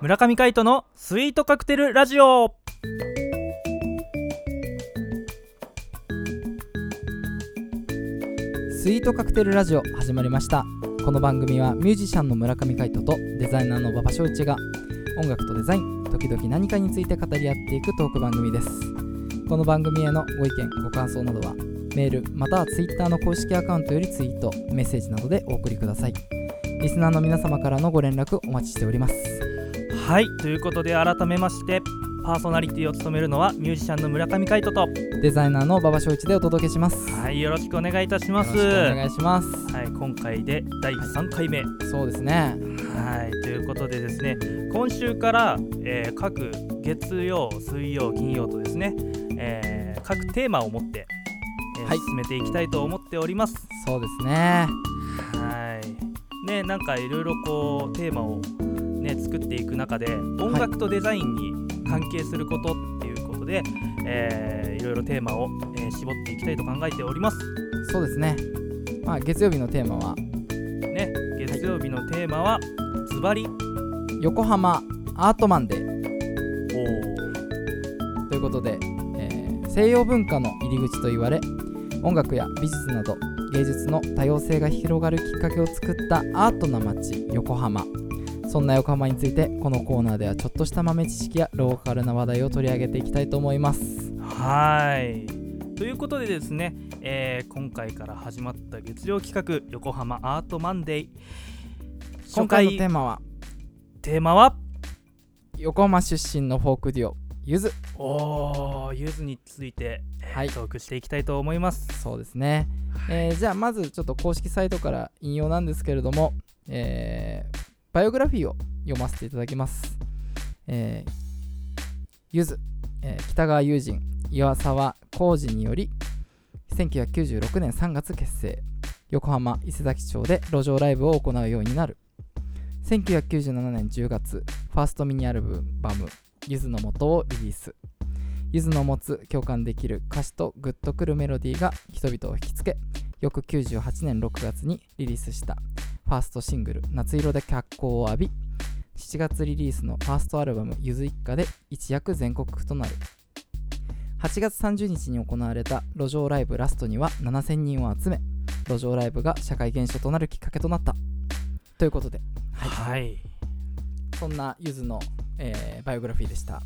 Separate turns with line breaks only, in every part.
村上海人のスイートカクテルラジオ
スイートカクテルラジオ始まりましたこの番組はミュージシャンの村上海人とデザイナーの馬場翔一が音楽とデザイン時々何かについて語り合っていくトーク番組ですこの番組へのご意見ご感想などはメールまたはツイッターの公式アカウントよりツイートメッセージなどでお送りくださいリスナーの皆様からのご連絡お待ちしております
はいということで改めましてパーソナリティを務めるのはミュージシャンの村上海人と
デザイナーの馬場翔一でお届けします
はいよろしくお願いいたし
よろ
ま
し
す
くお願いします
はい今回で第3回目は
そうですね
いということでですね今週から、えー各月曜水曜金曜とですね、えー各テーマを持って、えー
はい
進めていきたいと思っております
そうですね
はい。ね、なんかいろいろこうテーマをね作っていく中で音楽とデザインに関係することっていうことで、えーいろいろテーマを、えー絞っていきたいと考えております。
そうですねまあ月曜日のテーマは
ね、月曜日のテーマはズバリ
横浜アートマンデー
お
ということで、えー西洋文化の入り口と言われ音楽や美術など芸術の多様性が広がるきっかけを作ったアートな街横浜そんな横浜についてこのコーナーではちょっとした豆知識やローカルな話題を取り上げていきたいと思います
はい。ということでですね、えー今回から始まった月曜企画横浜アートマンデー。
今
今
回の
回
テーマは
テーマは
横浜出身のフォークデュオゆず
おーゆずについて、えー
はい
トークしていきたいと思います。
そうですね、えーじゃあまずちょっと公式サイトから引用なんですけれども、えーバイオグラフィーを読ませていただきます、えーゆず、えー北川悠仁岩沢浩二により1996年3月結成横浜伊勢崎町で路上ライブを行うようになる1997年10月ファーストミニアルバム「ゆずのもと」をリリースゆずの持つ共感できる歌詞とグッとくるメロディーが人々を引きつけ翌98年6月にリリースしたファーストシングル「夏色」で脚光を浴び7月リリースのファーストアルバム「ゆず一家」で一躍全国区となる8月30日に行われた路上ライブラストには7000人を集め路上ライブが社会現象となるきっかけとなったということで、はい
はい、
そんなゆずの、えーバイオグラフィーでした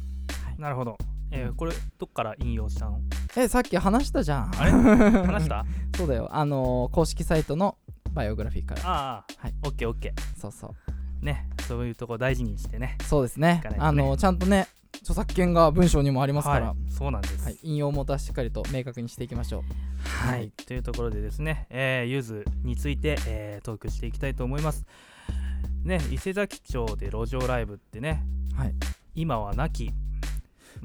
なるほど。えーこれどっから引用したの？
えさっき話したじゃん
あれ？話した？あ
そうだよ、あのー公式サイトのバイオグラフィーから。
あ、
はい
オッケーオッケ
そうそう。
ー。ね、そういうとこ大事にしてね。
そうですね。
いかないとね
あのーちゃんとね、著作権が文章にもありますから、は
はいい、そうなんです。はい、
引用元はしっかりと明確にしていきましょう。はい
というところでですね、えー、ゆずについて、えートークしていきたいと思います。ね、伊勢崎町で路上ライブってね、
はい、
今はなき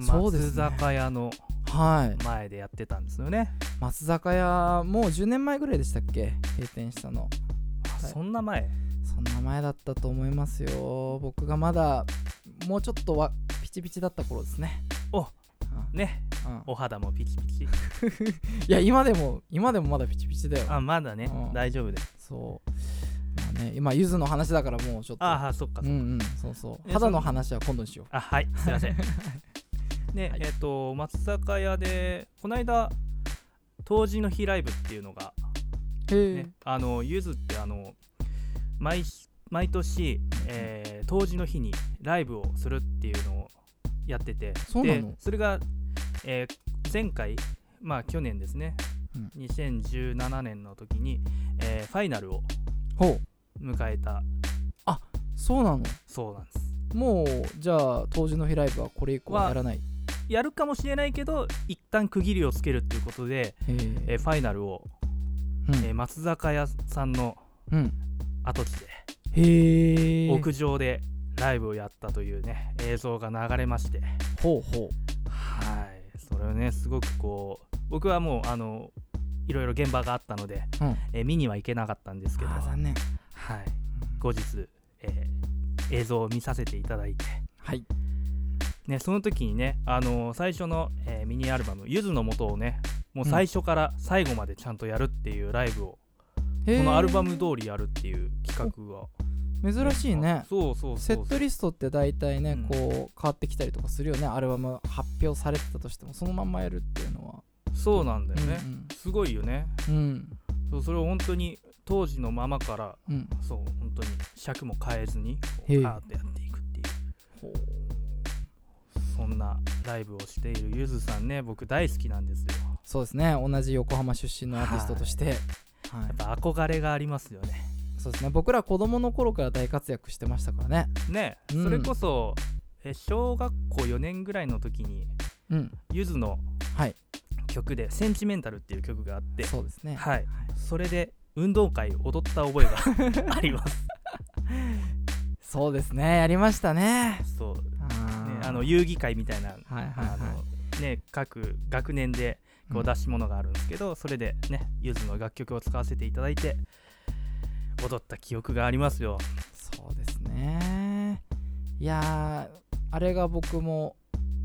そうですね
松坂屋の
はい。
前でやってたんですよね。
松坂屋、もう10年前ぐらいでしたっけ閉店したの。
あ
はい
そんな前？
そんな前だったと思いますよ。僕がまだ、もうちょっとわピチピチだった頃ですね。
お
うん
ね、
うん
お肌もピチピチ。
いや、今でも、今でもまだピチピチだよ。
あ、まだね
う、ん
大丈夫です。
そう。まあね、今、ゆずの話だからもうちょっと。
ああ、そっか
う。んうんそうそう
え
肌
そ
の
の
話は今度にしよ
あはいすいません ね、
はい
えっ、と松坂屋でこの間当時の日ライブっていうのが、
うへ
ねあのゆずってあの毎毎年、えー、当時の日にライブをするっていうのをやってて
そうなの
でそれが、えー前回まあ去年ですね、
う
2017年の時に、えーファイナルを
ほう
迎えた
そうなの
そうなんです
もうじゃあ当時の日ライブはこれ以降は
は
やらない
やるかもしれないけど一旦区切りをつけるっていうことで、
へ
えーファイナルをえー松坂屋さんの
うん、うん、
跡地で
へえ
屋上でライブをやったというね映像が流れまして
ほうほ
はいそれをねすごくこう僕はもうあのいろいろ現場があったので、
うん
えー見には行けなかったんです
う
けど、
あー
はい、
残念
後日、えー映像を見させていただいて、
はい
ね、その時にね、あのー最初の、えーミニアルバム「ゆずのもと」をねもう最初から最後までちゃんとやるっていうライブを、
こ
このアルバム通りやるっていう企画が
珍しいね
そうそうそ
セ
うそう
ットリストって大体ね、
うん
こう変わってきたりとかするよねアルバム発表されてたとしてもそのまんまやるっていうのは
そうなんだよね、
うん
すごいよね
うん
そうそれを本当に当時のままから
うんうん
そう本当に尺も変えずにパ
へえ
ーってやっていくっていうそんなライブをしているゆずさんね僕大好きなんですよ
そうですね同じ横浜出身のアーティストとして、はい
やっぱ憧れがありますよね
そうですね僕ら子供の頃から大活躍してましたからね
ね、
うん
それこそえ小学校4年ぐらいの時に
うん
ゆずの
はい
曲で「センチメンタル」っていう曲があって
そうですね、
はいそれで運動会を踊った覚えが あります
そうですねやりましたね
そう、ね、
あー
あの遊戯会みたいな
はいはい
あ
は
のね各学年でこ
う
うん出し物があるんですけど、それでねゆずの楽曲を使わせていただいて踊った記憶がありますよ
いそうですねいやーあれが僕も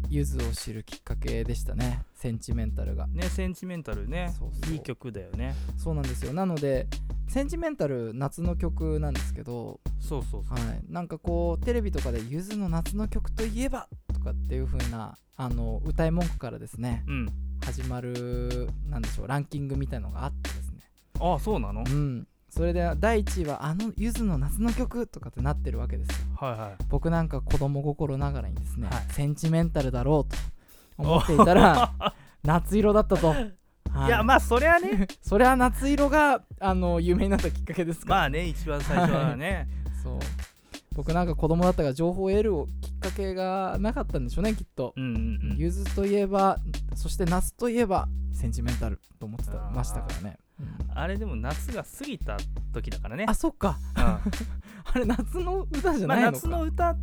ゆずを知るきっかけでしたねセンチメンタルが
ねセンチメンタルね
そうそう
いい曲だよね
そうなんですよなのでセンチメンタル夏の曲なんですけど、
そうそうそう
はい、なんかこうテレビとかで「ゆずの夏の曲といえば!」とかっていう風なあの歌い文句からですね
うん
始まるなんでしょうランキングみたいのがあってですね
ああそうなの、
うんそれで第1位は「あのゆずの夏の曲」とかってなってるわけですよ
はいはい
僕なんか子供心ながらにですね、
はい
センチメンタルだろうと思ってい たら夏色だったと、はい
やまあそりゃね
それは夏色があの有名になったきっかけですから、
まあね一番最初はね、
そう僕なんか子供だったから情報を得るきっかけがなかったんでしょうねきっと
うんうんうん
ゆず、といえばそして夏といえばセンチメンタルと思ってた
あー
ましたからね、うん
あれでも夏が過ぎた時だからね
あ、そっか
う
あれ夏の歌 じ
ん
ゃ
まあ
ないの
夏
か、
の歌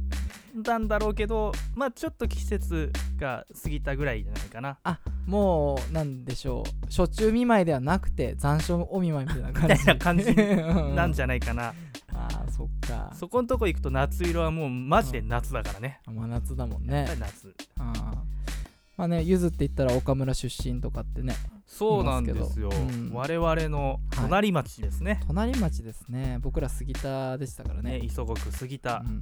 なんだろうけどまあちょっと季節が過ぎたぐらいじゃないかな
もうなんでしょう初中見舞いではなくて残暑お見舞いみたいな感
み
じ
たいな感じ
う
なんじゃないかな、
あーそっか
そこんとこ行くと夏色はもうマジで夏だからね、
真夏だもん
やっ
ね
ぱり夏
あーまあねゆずって言ったら岡村出身とかってね
そうなんですよ、
いますけどうん
我々の隣町ですね,、
隣町ですね僕ら杉田でしたからね
ね磯国杉田、
うん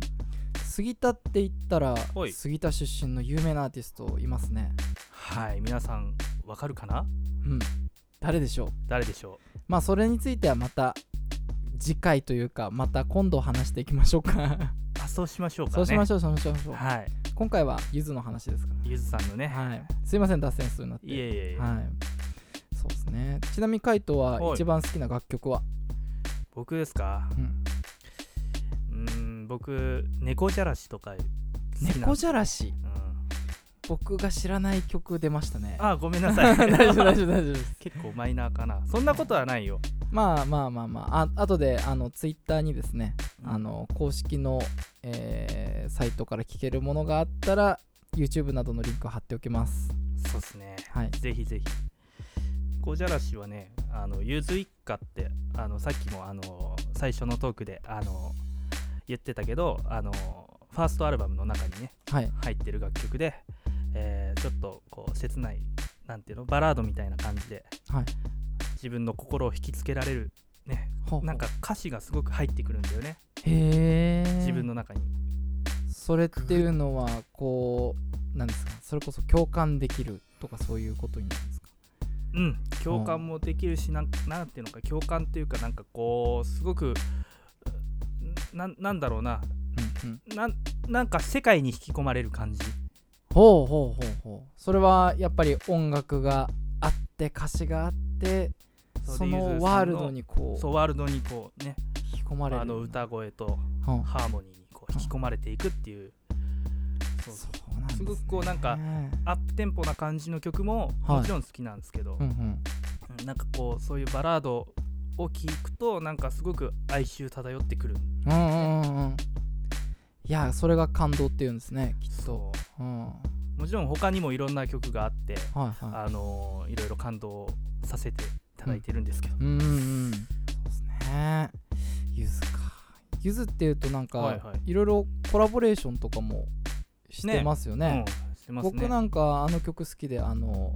杉田って言ったら
はい
杉田出身の有名なアーティストいますね
はい皆さんわかるかな
うん誰でしょう
誰でしょ
まあそれについてはまた次回というかまた今度話していきましょうか
うあそうしましょうかね
そうしま
し
しょうそうしましょう
はい
今回はゆずの話ですから
ゆずさんのね、
はい、すいません脱線するようになって
い、えいえいえ、
はいそうですねちなみにカイトは
はい
一番好きな楽曲は、
僕ですか
うん
うーん僕猫じゃらしとか好きなん
猫じゃらし
うん
僕が知らない曲出ましたね
あ ごめんなさ
大
い
丈夫大丈夫大丈夫です
結構マイナーかなそんなことはないよ
まあまあまあまああ後であのツイッターにですね、
うん
あの公式の、えーサイトから聞けるものがあったら YouTube などのリンクを貼っておきます
そうっすね
はい
ぜひぜひ。猫じゃらしはね、あのゆず一家って、あのさっきもあの最初のトークであの言ってたけど、あのファーストアルバムの中にね
はい
入ってる楽曲で、えーちょっとこう切ないなんていうのバラードみたいな感じで、
はい
自分の心を引きつけられるね、
ほう
なんか歌詞がすごく入ってくるんだよね、
へえ
自分の中に。
それっていうのはこうなんですかそれこそ共感できるとかそういうことになるんですか
うん、共感もできるし、なんなんていうのか共感っていうかなんかこうすごくななんだろうな
うんうん
なんなんか世界に引き込まれる感じ
ほうほうほうほうそれはやっぱり音楽があって歌詞があってそ
れでゆずさん
のワールドにこう
そうワールドにこうね
引き込まれる
あの
よ
歌声と
うなうん
ハーモニーにこう引き込まれていくっていうそうそう
そうなんですす
ごくこうなんか
ね
アップテンポな感じの曲も
はい
もちろん好きなんですけど、
うんうん
うんなんかこうそういうバラードを聴くとなんかすごく哀愁漂ってくる
うんうんうんうんいやそれが感動っていうんですねきっと
そう
うんは
もちろん他にもいろんな曲があって、
いは
あのーいろいろ感動させていただいてるんですけど、
いうんうんうんそうですねゆずかゆずっていうとなんか、
はい
い
はい
ろいろコラボレーションとかもしてますよね
うんしてます
僕
ね
なんかあの曲好きであの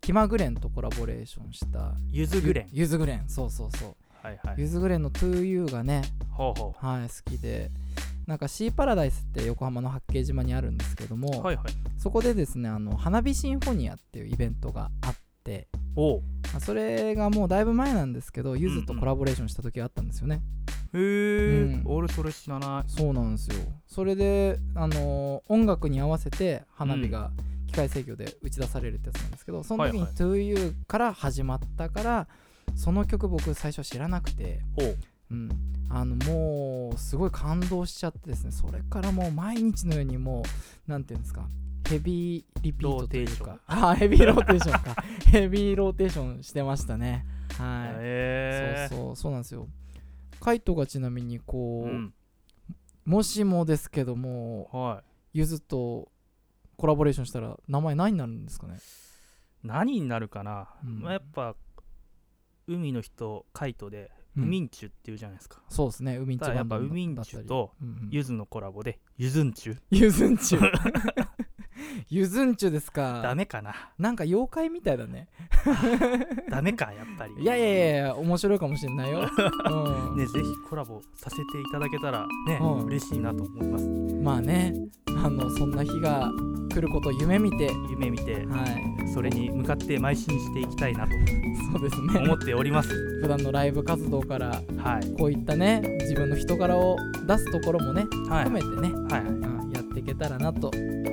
気まぐれんとコラボレーションした
ゆずぐれん
ゆゆずぐれんそうそうそう、
ははいはい
ゆずグレンの 2U がね、
ほうほ
はい、好きでなんかシーパラダイスって横浜の八景島にあるんですけども、
うはいはい
そこでですねあの花火シンフォニアっていうイベントがあって
おう
まあそれがもうだいぶ前なんですけどゆずとコラボレーションした時があったんですよね、
へえ、
うん
俺それ知らない
そうなんですよそれで、あのー音楽に合わせて花火が機械制御で打ち出されるってやつなんですけどその時に
はいはい
「TOYOU」から始まったからその曲僕最初知らなくて、
おう
うん、あのもうすごい感動しちゃってですねそれからもう毎日のようにもうなんていうんですかヘビーリピートという
ロー
かあヘビーローテーションかヘビーローテーションしてましたねはい、
へえ
そうそうそうなんですよカイトがちなみにこう、
ん、
もしもですけども
は
ゆずとコラボレーションしたら名前何になるんですかね
い何になるかな、
うん
まあ、やっぱ海の人カイトで、
うん
ウミンチュっていうじゃないですか
そうですねウミンチ
だか
ュ
らやっぱ
バン
ウ
ド
ミン
だっ
チ
た
ュ
り
と
うんうん
ゆずのコラボでゆずんちゅ
ゆずん ちゅ ゆずんちゅですか
ダメか な
なんか妖怪みたいだね
ダメかやっぱり
いやいやいやいや面白いかもしれないよ、うん
ね、ぜひコラボさせていただけたらね、
うん
嬉しいなと思います
まあねあのそんな日が来ることを夢見て
夢見て
はい
それに向かって邁進していきたいなと
そうです
思
ね
っております
普段のライブ活動から
はい
こういったね自分の人柄を出すところもね
はい
含めてね、
はいはい
うんやっていけたらなと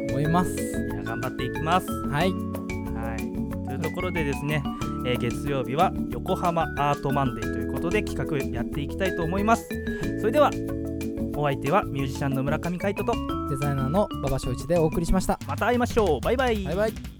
思います。
いや頑張っていきます
はい、
はいというところでですね、えー月曜日は横浜アートマンデーということで企画やっていきたいと思いますそれではお相手はミュージシャンの村上海人と
デザイナーの馬場翔一でお送りしました。
また会いましょうバイバイ
バイバイ。